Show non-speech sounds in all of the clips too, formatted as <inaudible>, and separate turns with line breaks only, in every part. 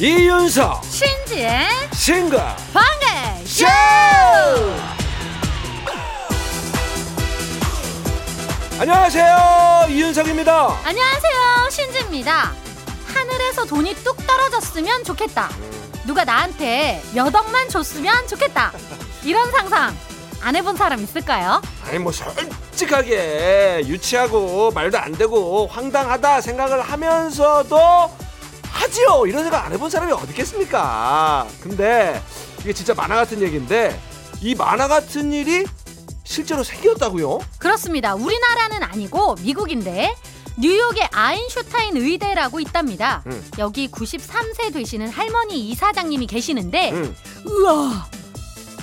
이윤석
신지의
싱글
방글 쇼!
안녕하세요 이윤석입니다
안녕하세요, 신지입니다. 하늘에서 돈이 뚝 떨어졌으면 좋겠다. 누가 나한테 몇 억만 줬으면 좋겠다. 이런 상상 안 해본 사람 있을까요?
아니 뭐 솔직하게 유치하고 말도 안 되고 황당하다 생각을 하면서도 하지요 이런 생각 안 해본 사람이 어디 있겠습니까 근데 이게 진짜 만화 같은 얘기인데 이 만화 같은 일이 실제로 생겼다고요?
그렇습니다. 우리나라는 아니고 미국인데 뉴욕의 아인슈타인 의대라고 있답니다.
음.
여기 93세 되시는 할머니 이사장님이 계시는데
응
우와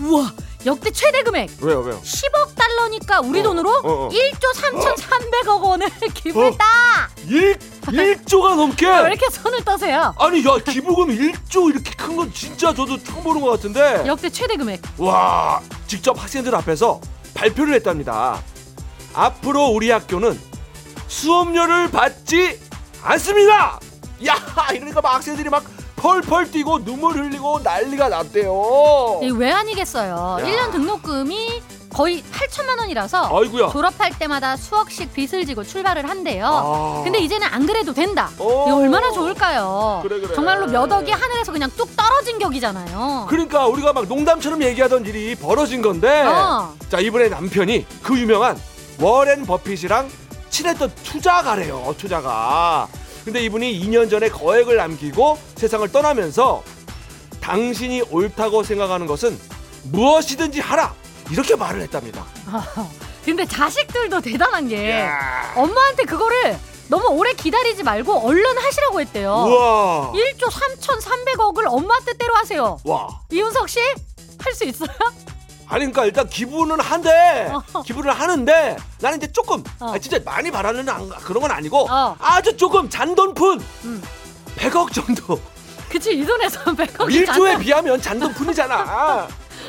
우와 역대 최대 금액
왜요 왜요
10억 달러니까 우리
어,
돈으로
어, 어.
1조 3,300억 원을 <laughs> 기부했다.
일 1조가 넘게
아, 왜 이렇게 손을 떠세요?
아니 야 기부금 1조 이렇게 큰 건 진짜 저도 처음 보는 것 같은데
역대 최대 금액.
와 직접 학생들 앞에서 발표를 했답니다. 앞으로 우리 학교는 수업료를 받지 않습니다. 야 이러니까 막 학생들이 막 펄펄 뛰고 눈물 흘리고 난리가 났대요.
이왜 아니겠어요?
야. 어.
1년 등록금이 거의 8천만 원이라서
아이구야.
졸업할 때마다 수억씩 빚을 지고 출발을 한대요.
아.
근데 이제는 안 그래도 된다.
오.
이거 얼마나 좋을까요?
그래, 그래.
정말로 몇 억이 하늘에서 그냥 뚝 떨어진 격이잖아요.
그러니까 우리가 막 농담처럼 얘기하던 일이 벌어진 건데
어. <laughs>
자 이번에 남편이 그 유명한 워렌 버핏이랑 친했던 투자가래요 투자가 근데 이분이 2년 전에 거액을 남기고 세상을 떠나면서 당신이 옳다고 생각하는 것은 무엇이든지 하라 이렇게 말을 했답니다
근데 자식들도 대단한 게
이야.
엄마한테 그거를 너무 오래 기다리지 말고 얼른 하시라고 했대요.
우와
1조 3,300억을 엄마 뜻대로 하세요.
와
이윤석 씨? 할 수 있어요? <laughs>
아니 그러니까 일단 기부는 한데
어.
기부를 하는데 나는 이제 조금
어.
아, 진짜 많이 바라는 안- 그런 건 아니고
어.
아주 조금 잔돈푼
음. 어,
100억 정도
그치 이 돈에서 <laughs> 100억이
일조에 비하면 잔돈푼이잖아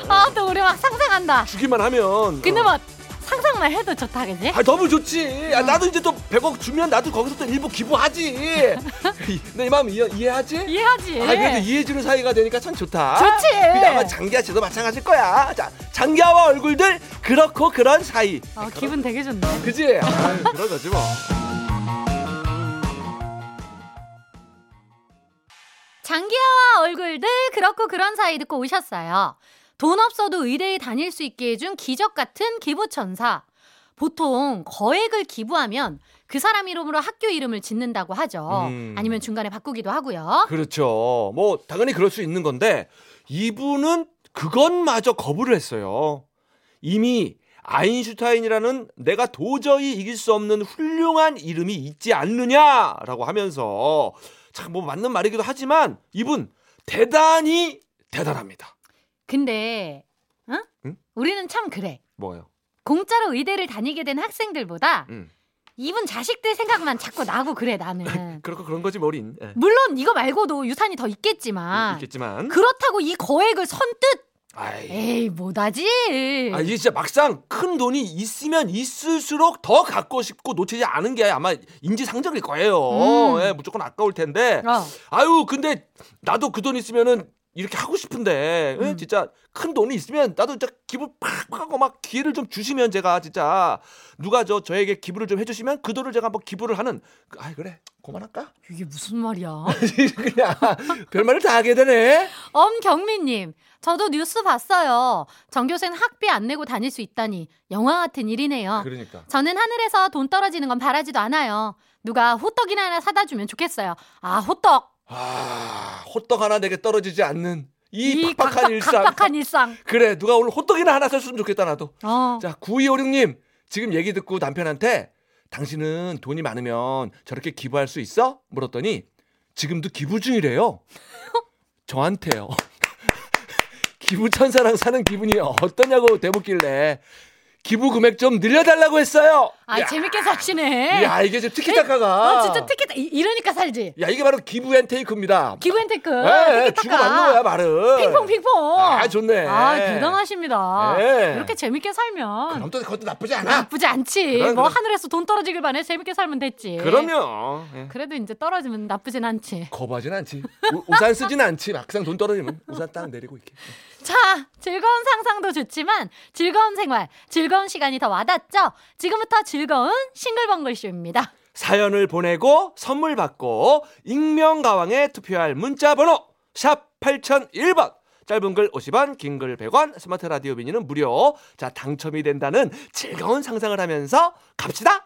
아또 우리 막 상상한다
주기만 하면
근데
어.
뭐막 상상만 해도 좋다 그지?
아 너무 좋지
어.
아, 나도 이제 또 100억 주면 나도 거기서 또 일부 기부하지
<laughs>
내 마음 이해, 이해하지?
이해하지
아 그래도 이해해주는 사이가 되니까 참 좋다
예. 좋지.
근데 아마 장기하 씨도 마찬가지일 거야 자 장기하와 얼굴들 그렇고 그런 사이
아, 기분 되게 좋네
그지? 아이, 그런 거지 뭐
장기하와 얼굴들 그렇고 그런 사이 듣고 오셨어요 돈 없어도 의대에 다닐 수 있게 해준 기적 같은 기부천사 보통 거액을 기부하면 그 사람 이름으로 학교 이름을 짓는다고 하죠
음.
아니면 중간에 바꾸기도 하고요
그렇죠 뭐 당연히 그럴 수 있는 건데 이분은 그것마저 거부를 했어요 이미 아인슈타인이라는 내가 도저히 이길 수 없는 훌륭한 이름이 있지 않느냐라고 하면서 참 뭐 맞는 말이기도 하지만 이분 대단히 대단합니다.
근데 응?
응?
우리는 참 그래
뭐요?
공짜로 의대를 다니게 된 학생들보다
음.
이분 자식들 생각만 자꾸 나고 그래 나는. <laughs>
그렇고 그런 거지 머린. 예.
물론 이거 말고도 유산이 더 있겠지만
음, 있겠지만.
아. 그렇다고 이 거액을 선뜻
아이.
에이 못하지.
아, 이게 진짜 막상 큰 돈이 있으면 있을수록 더 갖고 싶고 놓치지 않은 게 아마 인지상정일 거예요.
음.
예, 무조건 아까울 텐데.
어,
아유 근데 나도 그 돈 있으면은 이렇게 하고 싶은데 예?
음.
진짜 큰 돈이 있으면 나도 진짜 기부 팍팍 하고 막 기회를 좀 주시면 제가 진짜 누가 저 저에게 기부를 좀 해주시면 그 돈을 제가 한번 기부를 하는 그- 아이 그래 그만할까 <laughs>
이게 무슨 말이야? <laughs>
그냥 별말을 다 하게 되네
엄경민님, 저도 뉴스 봤어요. 전교생 학비 안 내고 다닐 수 있다니 영화 같은 일이네요.
그러니까
저는 하늘에서 돈 떨어지는 건 바라지도 않아요. 누가 호떡이나 하나 사다 주면 좋겠어요. 아 호떡.
아 호떡 하나 내게 떨어지지 않는 이, 팍팍한
각박-
일상
각박한 일상.
그래 누가 오늘 호떡이나 하나 샀으면 좋겠다 나도
어.
자, 9256님. 지금 얘기 듣고 남편한테 당신은 돈이 많으면 저렇게 기부할 수 있어? 물었더니 지금도 기부
<laughs>
중이래요. 저한테요. <laughs> 기부 천사랑 사는 기분이 어떠냐고 대묻길래 기부 금액 좀 늘려달라고 했어요.
아,
야.
재밌게 사시네.
야 이게 지금 티키타카가
아, 진짜 티켓 이- 이러니까 살지.
야 이게 바로 기브앤테이크입니다.
기브앤테크. 어,
예,
티켓
주고 받는 거야 말은.
핑퐁 핑퐁.
아 좋네.
아, 대단하십니다.
예.
이렇게 재밌게 살면
그럼 또 그것도 나쁘지 않아.
나쁘지 않지.
그럼,
뭐
그럼.
하늘에서 돈 떨어지길 바래 재밌게 살면 됐지.
그럼요. 예.
그래도 이제 떨어지면 나쁘진 않지.
거부하진 않지. 우, 우산 쓰진 않지. 막상 돈 떨어지면 우산 딱 내리고 이렇게.
자, 즐거운 상상도 좋지만 즐거운 생활, 즐거운 시간이 더 와닿죠? 지금부터 즐거운 싱글벙글쇼입니다.
사연을 보내고 선물 받고 익명 가왕에 투표할 문자 번호 샵 8001번 짧은 글 50원 긴 글 100원 스마트 라디오 미니는 무료 자 당첨이 된다는 즐거운 상상을 하면서 갑시다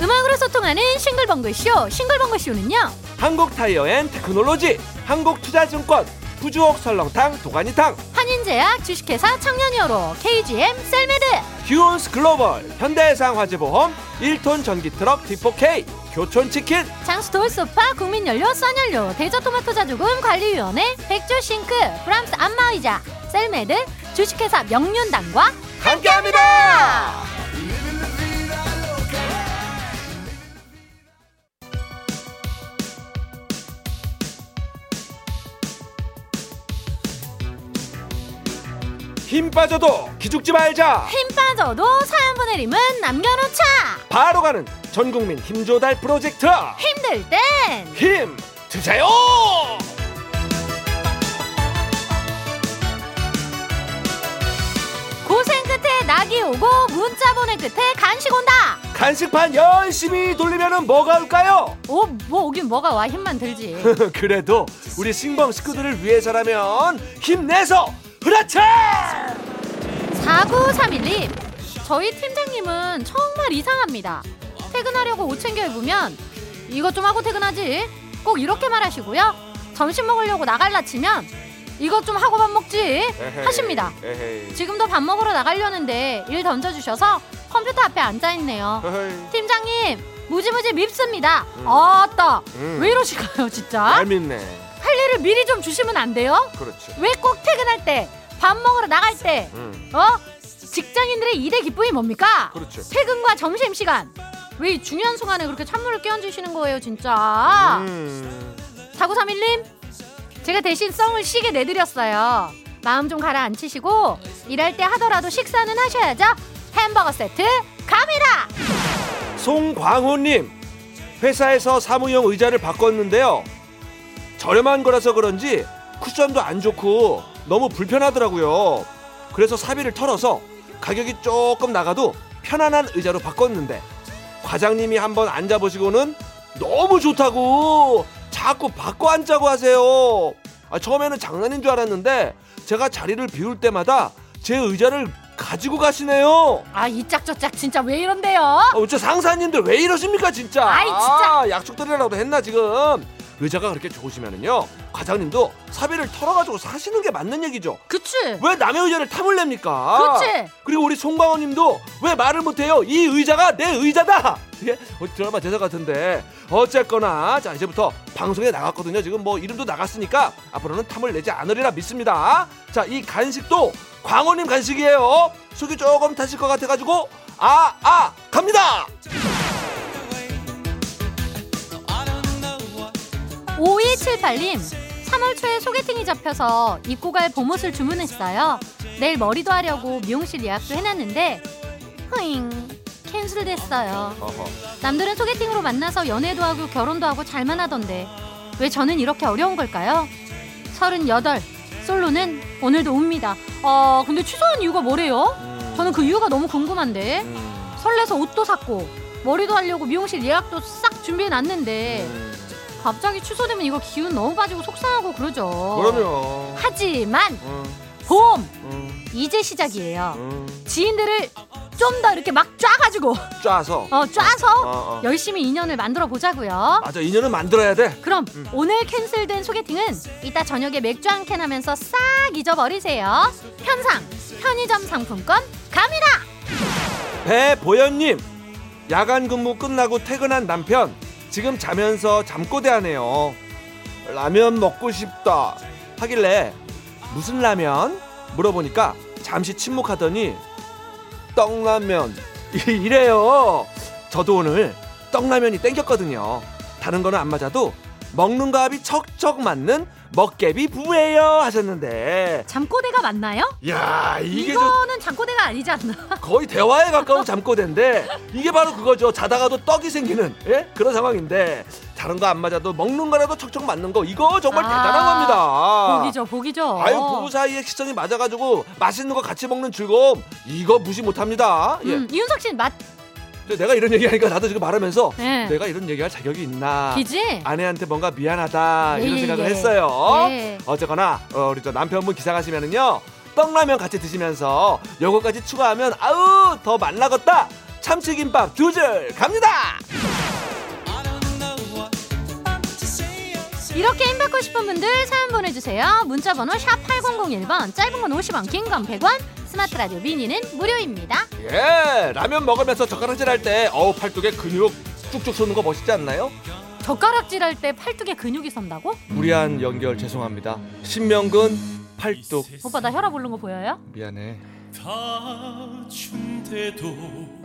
음악으로 소통하는 싱글벙글쇼, 싱글벙글쇼는요.
한국타이어앤 테크놀로지 한국투자증권 부주옥 설렁탕 도가니탕
한인제약, 주식회사, 청년여로, KGM, 셀메드,
휴온스 글로벌 현대해상 화재보험 1톤 전기트럭 디포K 교촌치킨
장수돌 소파, 국민연료, 선연료, 대저토마토 자조금, 관리위원회, 백조 싱크, 브람스 안마의자, 셀메드, 주식회사 명륜당과
함께합니다 힘 빠져도 기죽지 말자
힘 빠져도 사연 보내림은 남겨놓자!
바로 가는 전국민 힘조달 프로젝트
힘들 땐!
힘 드세요
고생 끝에 낙이 오고 문자 보낸 끝에 간식 온다.
간식판 열심히 돌리면 뭐가 올까요? <laughs>
오, 뭐 오긴 뭐가 와 힘만 들지.
그래도 우리 신봉 식구들을 위해서라면 힘내서 흐라차
49312. 저희 팀장님은 정말 이상합니다. 퇴근하려고 옷 챙겨 입으면 이것 좀 하고 퇴근하지. 꼭 이렇게 말하시고요. 점심 먹으려고 나갈라 치면 이것 좀 하고 밥 먹지 하십니다. 지금도 밥 먹으러 나가려는데 일 던져주셔서 컴퓨터 앞에 앉아있네요.
<laughs>
팀장님 무지무지 밉습니다.
음.
아따
음.
왜 이러실까요 진짜?
잘 믿네 그렇죠.
할 일을 미리 좀 주시면 안 돼요?
그렇지
왜 꼭 퇴근할 때, 밥 먹으러 나갈 때,
음,
어? 직장인들의 일의 기쁨이 뭡니까?
그렇죠
퇴근과 점심 시간. 왜 이 중요한 순간에 그렇게 찬물을 끼얹으시는 거예요 진짜?
음,
4931님 제가 대신 썸을 쉬게 내드렸어요. 마음 좀 가라앉히시고 일할 때 하더라도 식사는 하셔야죠. 햄버거 세트 갑니다.
송광호님 회사에서 사무용 의자를 바꿨는데요 저렴한 거라서 그런지 쿠션도 안 좋고 너무 불편하더라고요 그래서 사비를 털어서 가격이 조금 나가도 편안한 의자로 바꿨는데 과장님이 한번 앉아보시고는 너무 좋다고 자꾸 바꿔 앉자고 하세요 아, 처음에는 장난인 줄 알았는데 제가 자리를 비울 때마다 제 의자를 가지고 가시네요
아 이 짝저짝 진짜 왜 이런데요?
어, 저 상사님들 왜 이러십니까 진짜?
아이, 진짜.
아, 약속드리라고도 했나 지금? 의자가 그렇게 좋으시면은요 과장님도 사비를 털어가지고 사시는 게 맞는 얘기죠.
그치?
왜 남의 의자를 탐을 냅니까?
그치?
그리고 우리 송강호님도 왜 말을 못해요? 이 의자가 내 의자다. 예, 어, 드라마 제사 같은데 어쨌거나 자 이제부터 방송에 나갔거든요. 지금 뭐 이름도 나갔으니까 앞으로는 탐을 내지 않으리라 믿습니다. 자 이 간식도 광호님 간식이에요. 속이 조금 타실 것 같아가지고 아아 갑니다.
5278님 3월 초에 소개팅이 잡혀서 입고 갈 봄옷을 주문했어요 내일 머리도 하려고 미용실 예약도 해놨는데 흐잉 캔슬됐어요
어허.
남들은 소개팅으로 만나서 연애도 하고 결혼도 하고 잘만 하던데 왜 저는 이렇게 어려운 걸까요? 38 솔로는 오늘도 옵니다 어 근데 취소한 이유가 뭐래요? 저는 그 이유가 너무 궁금한데
음.
설레서 옷도 샀고 머리도 하려고 미용실 예약도 싹 준비해놨는데 갑자기 취소되면 이거 기운 너무 빠지고 속상하고 그러죠. 어.
그럼요.
하지만
음,
봄
음,
이제 시작이에요.
음.
지인들을 좀 더 이렇게 막 쫙가지고
짜서.
어
어,
쫙서
어.
열심히 인연을 만들어 보자고요.
맞아 인연은 만들어야 돼.
그럼
음.
오늘 캔슬된 소개팅은 이따 저녁에 맥주 한 캔 하면서 싹 잊어버리세요. 편상 편의점 상품권 갑니다.
배보현님 야간 근무 끝나고 퇴근한 남편 지금 자면서 잠꼬대하네요 라면 먹고 싶다 하길래 무슨 라면 <laughs> 물어보니까 잠시 침묵하더니 떡라면 이래요. 저도 오늘 떡라면이 땡겼거든요. 다른 거는 안 맞아도 먹는 밥이 척척 맞는 먹개비 부부예요 하셨는데
잠꼬대가 맞나요?
야 이게 저
이거는 잠꼬대가 아니지 않나?
거의 대화에 가까운 잠꼬대인데 이게 바로 그거죠 자다가도 떡이 생기는 예? 그런 상황인데 다른 거 안 맞아도 먹는 거라도 척척 맞는 거 이거 정말
아,
대단한 겁니다
보기죠, 보기죠.
아. 아유 부부 사이에 시청이 맞아가지고 맛있는 거 같이 먹는 즐거움 이거 무시 못합니다 예.
음, 이윤석 씨는 맞,
근데 내가 이런 얘기하니까 나도 지금 말하면서
예.
내가 이런 얘기할 자격이 있나
기지?
아내한테 뭔가 미안하다
예,
이런
예,
생각을
예.
했어요
예.
어쨌거나 어, 우리 저 남편분 기사 가시면은요 떡라면 같이 드시면서 요거까지 추가하면 아우 더 말라겄다 참치김밥 두 줄 갑니다
이렇게 힘 받고 싶은 분들 사연 보내주세요. 문자번호 샵 8001번, 짧은 건 50원, 긴 건 100원, 스마트 라디오 미니는 무료입니다.
예 라면 먹으면서 젓가락질 할 때 어우 팔뚝에 근육 쭉쭉 솟는 거 멋있지 않나요?
젓가락질 할 때 팔뚝에 근육이 선다고?
무리한 연결 죄송합니다 신명근 팔뚝
오빠 나 혈압 오른 거 보여요?
미안해
다춘대도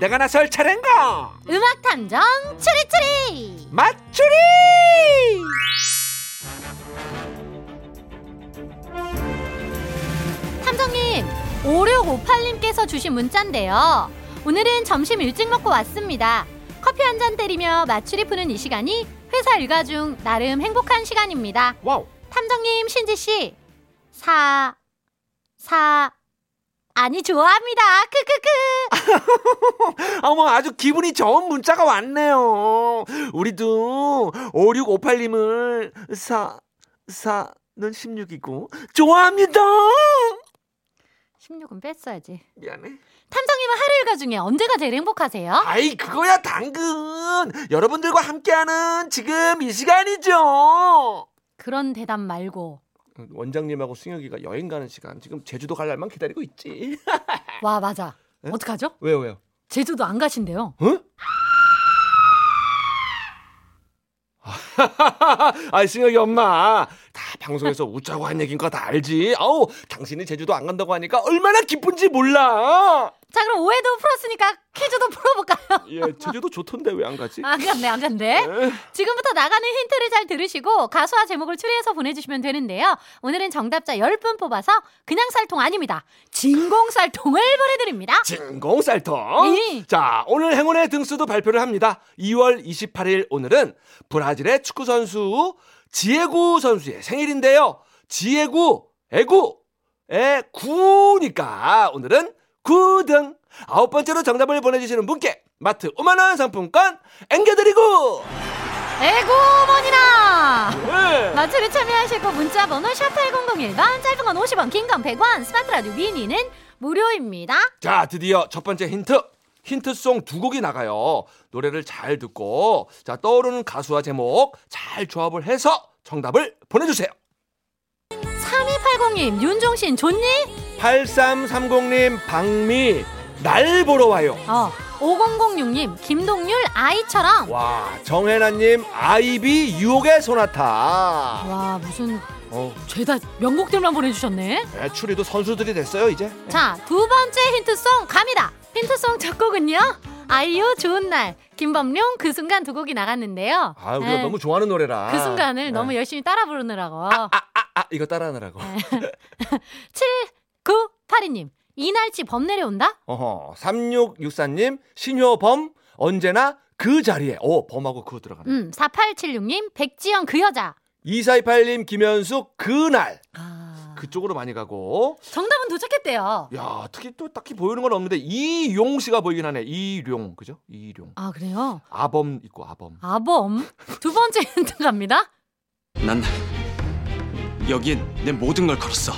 내가 나설 차례인가
음악 탐정 추리추리!
맞추리
탐정님, 5658님께서 주신 문자인데요. 오늘은 점심 일찍 먹고 왔습니다. 커피 한 잔 때리며 마추리 푸는 이 시간이 회사 일과 중 나름 행복한 시간입니다.
와우
탐정님 신지 씨. 사. 사. 아니 좋아합니다. 크크크.
어머 아주 기분이 좋은 문자가 왔네요 우리도 5658님을 사 사는 16이고 좋아합니다
16은 뺐어야지.
미안해
탐정님은 하루 일과 중에 언제가 제일 행복하세요?
아이 그거야 당근 여러분들과 함께하는 지금 이 시간이죠
그런 대답 말고.
원장님하고 승혁이가 여행 가는 시간 지금 제주도 갈 날만 기다리고 있지
와 맞아.
에?
어떡하죠?
왜요 왜요
제주도 안 가신대요.
어? <laughs> 아, 승혁이 엄마. 다 방송에서 웃자고 한 얘긴 거 다 알지. 아우, 당신이 제주도 안 간다고 하니까 얼마나 기쁜지 몰라.
자 그럼 오해도 풀었으니까 퀴즈도 풀어볼까요? 아,
예, 제주도 좋던데 왜 안 가지? 예.
안 갔네 안 갔네.
에?
지금부터 나가는 힌트를 잘 들으시고 가수와 제목을 추리해서 보내주시면 되는데요. 오늘은 정답자 10분 뽑아서 그냥 쌀통 아닙니다. 진공 쌀통을 보내드립니다.
진공쌀통.
예.
자, 오늘 행운의 등수도 발표를 합니다. 2월 28일 오늘은 브라질의 축구 선수 지에구 선수의 생일인데요. 지에구 에구의 구니까 오늘은 구등 아홉 번째로 정답을 보내주시는 분께 마트 5만 원 상품권 앵겨드리고.
에고머니나
네.
마추리 참여하시고 문자 번호 샵8001번 짧은 건 50원 긴 건 100원 스마트 라디오 미니는 무료입니다
자, 드디어 첫 번째 힌트. 힌트송 두 곡이 나가요. 노래를 잘 듣고 자 떠오르는 가수와 제목 잘 조합을 해서 정답을 보내주세요.
3280님 윤종신 좋니?
8330님 박미 날 보러 와요.
어 5006님 김동률 아이처럼
와 정혜나님 아이비 유혹의 소나타.
와 무슨
어
죄다 명곡들만 보내주셨네
네, 추리도 선수들이 됐어요 이제.
자 두 번째 힌트송 갑니다 힌트송 첫 곡은요 아이유 좋은 날 김범룡 그 순간 두 곡이 나갔는데요
아 우리가
네,
너무 좋아하는 노래라.
그 순간을
네.
너무 네. 열심히 따라 부르느라고
아 이거 따라하느라고.
7982님 이날치 범 내려온다?
어허 3664님 신효범 언제나 그 자리에. 오 범하고 그거 들어가네.
음 4876님 백지영 그 여자
2428님 김현숙 그날
아...
그쪽으로 많이 가고.
정답은 도착했대요
야 특히 또 딱히 보이는 건 없는데 이용 씨가 보이긴 하네. 이용 그죠? 이용.
아 그래요?
아범 있고 아범.
아범 두 번째 힌트 갑니다
난 여기에 내 모든 걸 걸었어.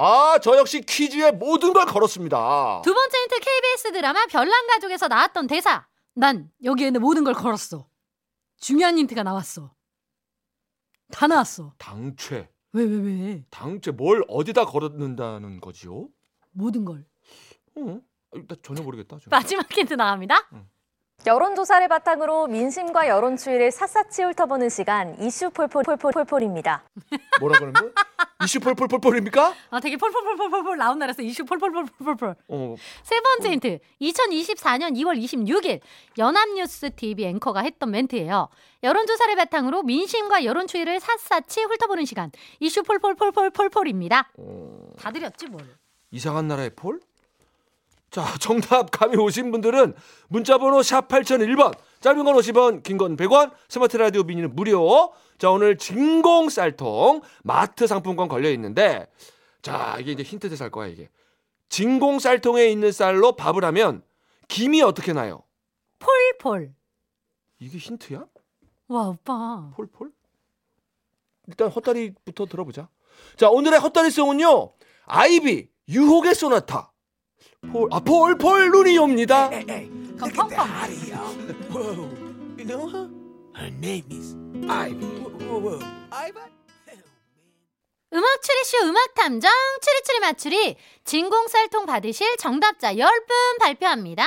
아, 저 역시 퀴즈에 모든 걸 걸었습니다.
두 번째 힌트 KBS 드라마 별난 가족에서 나왔던 대사. 난 여기에는 모든 걸 걸었어. 중요한 힌트가 나왔어. 다 나왔어.
당최,
왜 왜 왜, 왜?
당최 뭘 어디다 걸었는다는 거지요?
모든 걸.
어? 나 전혀 모르겠다. 저.
마지막 힌트 나갑니다.
여론조사를 바탕으로 민심과 여론 추이를 샅샅이 훑어보는 시간 이슈 폴폴폴폴폴폴입니다.
뭐라 그러는 거야? 이슈 폴폴폴폴입니까?
아 되게 폴폴폴폴폴폴 나온 날에서 이슈 폴폴폴폴폴폴.
어,
세 번째 힌트. 2024년 2월 26일 연합뉴스 TV 앵커가 했던 멘트예요. 여론조사를 바탕으로 민심과 여론 추이를 샅샅이 훑어보는 시간. 이슈 폴폴폴폴폴폴입니다. 다 드렸지 뭘.
이상한 나라의 폴? 자, <laughs> 정답 감이 오신 분들은 문자번호 샵 8001번, 짧은 건 50원, 긴 건 100원, 스마트 라디오 미니는 무료. 자, 오늘 진공 쌀통 마트 상품권 걸려 있는데, 자, 이게 이제 힌트 대사일 거야, 이게. 진공 쌀통에 있는 쌀로 밥을 하면 김이 어떻게 나요?
폴폴.
이게 힌트야?
와 오빠.
폴폴? 일단 헛다리부터 들어보자. 자, 오늘의 헛다리송은요. 아이비 유혹의 소나타. 폴, 아, 폴폴 루니옵니다.
그럼 펑펑.
<laughs> Whoa. You know her? Her name is Ivy. Whoa, whoa, whoa. Ivy?
음악 추리쇼 음악 탐정 추리추리 맞추리 진공 쌀통 받으실 정답자 10분 발표합니다.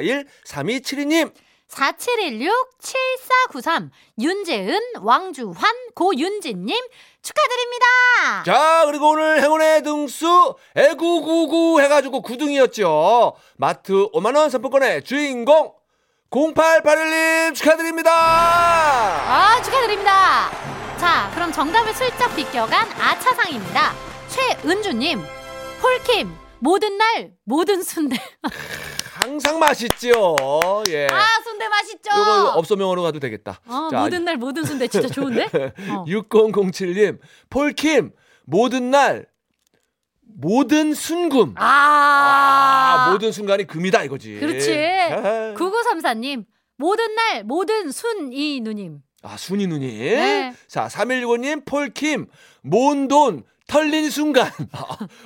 2555-4410-6930-2441-3272님.
4716-7493 윤재은, 왕주환, 고윤진님 축하드립니다.
자, 그리고 오늘 행운의 등수 애구구구 해가지고 구등이었죠. 마트 5만원 상품권의 주인공 0881님 축하드립니다.
아 축하드립니다. 자 그럼 정답을 슬쩍 비껴간 아차상입니다. 최은주님, 폴킴 모든 날 모든 순대.
네. 항상 맛있지요. 예.
아 순대 맛있죠.
이거 업소명으로 가도 되겠다.
어,
자,
모든 날 모든 순대 진짜 좋은데?
<laughs>
어.
6007님, 폴킴, 모든 날, 모든 순금.
아,
아, 모든 순간이 금이다 이거지.
그렇지.
아,
9934님 모든 날 모든 순이 누님.
아, 순이 누님.
네.
자, 3165님, 폴킴, 모은 돈, 털린 순간. <laughs> 아,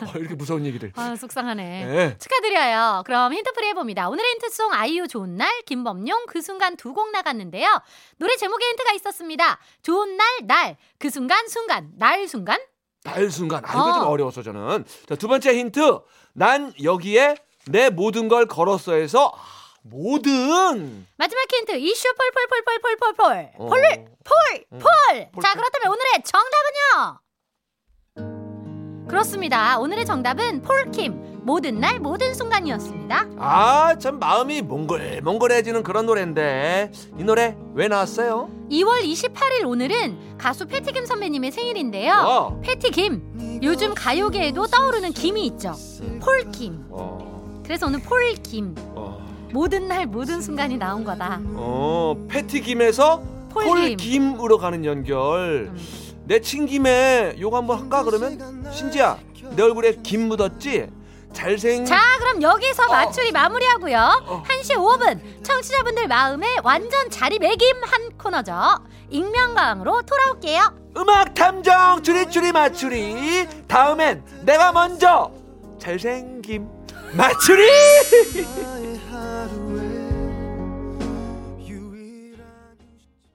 어, 이렇게 무서운 얘기를.
아 속상하네.
네.
축하드려요. 그럼 힌트풀이 해봅니다. 오늘의 힌트송 아이유 좋은 날 김범용 그 순간 두 곡 나갔는데요. 노래 제목에 힌트가 있었습니다. 좋은 날 날 그 순간 순간 날 순간
날 순간. 아, 이거 좀
어.
어려웠어, 저는. 자, 두 번째 힌트. 난 여기에 내 모든 걸 걸었어 해서, 아, 모든.
마지막 힌트 이슈 폴폴폴폴폴폴폴
어. 음.
폴폴
폴.
자 그렇다면 오늘의 정답은요. 그렇습니다. 오늘의 정답은 폴킴 모든 날 모든 순간이었습니다.
아 참 마음이 몽글몽글해지는 그런 노래인데 이 노래 왜 나왔어요?
2월 28일 오늘은 가수 패티김 선배님의 생일인데요.
와.
패티김. 요즘 가요계에도 떠오르는 김이 있죠. 폴김.
어,
그래서 오늘 폴김.
어,
모든 날 모든 순간이 나온 거다.
어 패티김에서
폴김.
폴김으로 가는 연결
음.
내 친김에 요거 한번 할까 그러면 신지야 내 얼굴에 김 묻었지? 잘생
자, 그럼 여기서 맞추리 마무리하고요.
어.
한 1시 5분 청취자분들 마음에 완전 자리매김 한 코너죠. 익명가왕으로 돌아올게요.
음악 탐정 추리추리 맞추리 <laughs> 다음엔 내가 먼저 잘생김 맞추리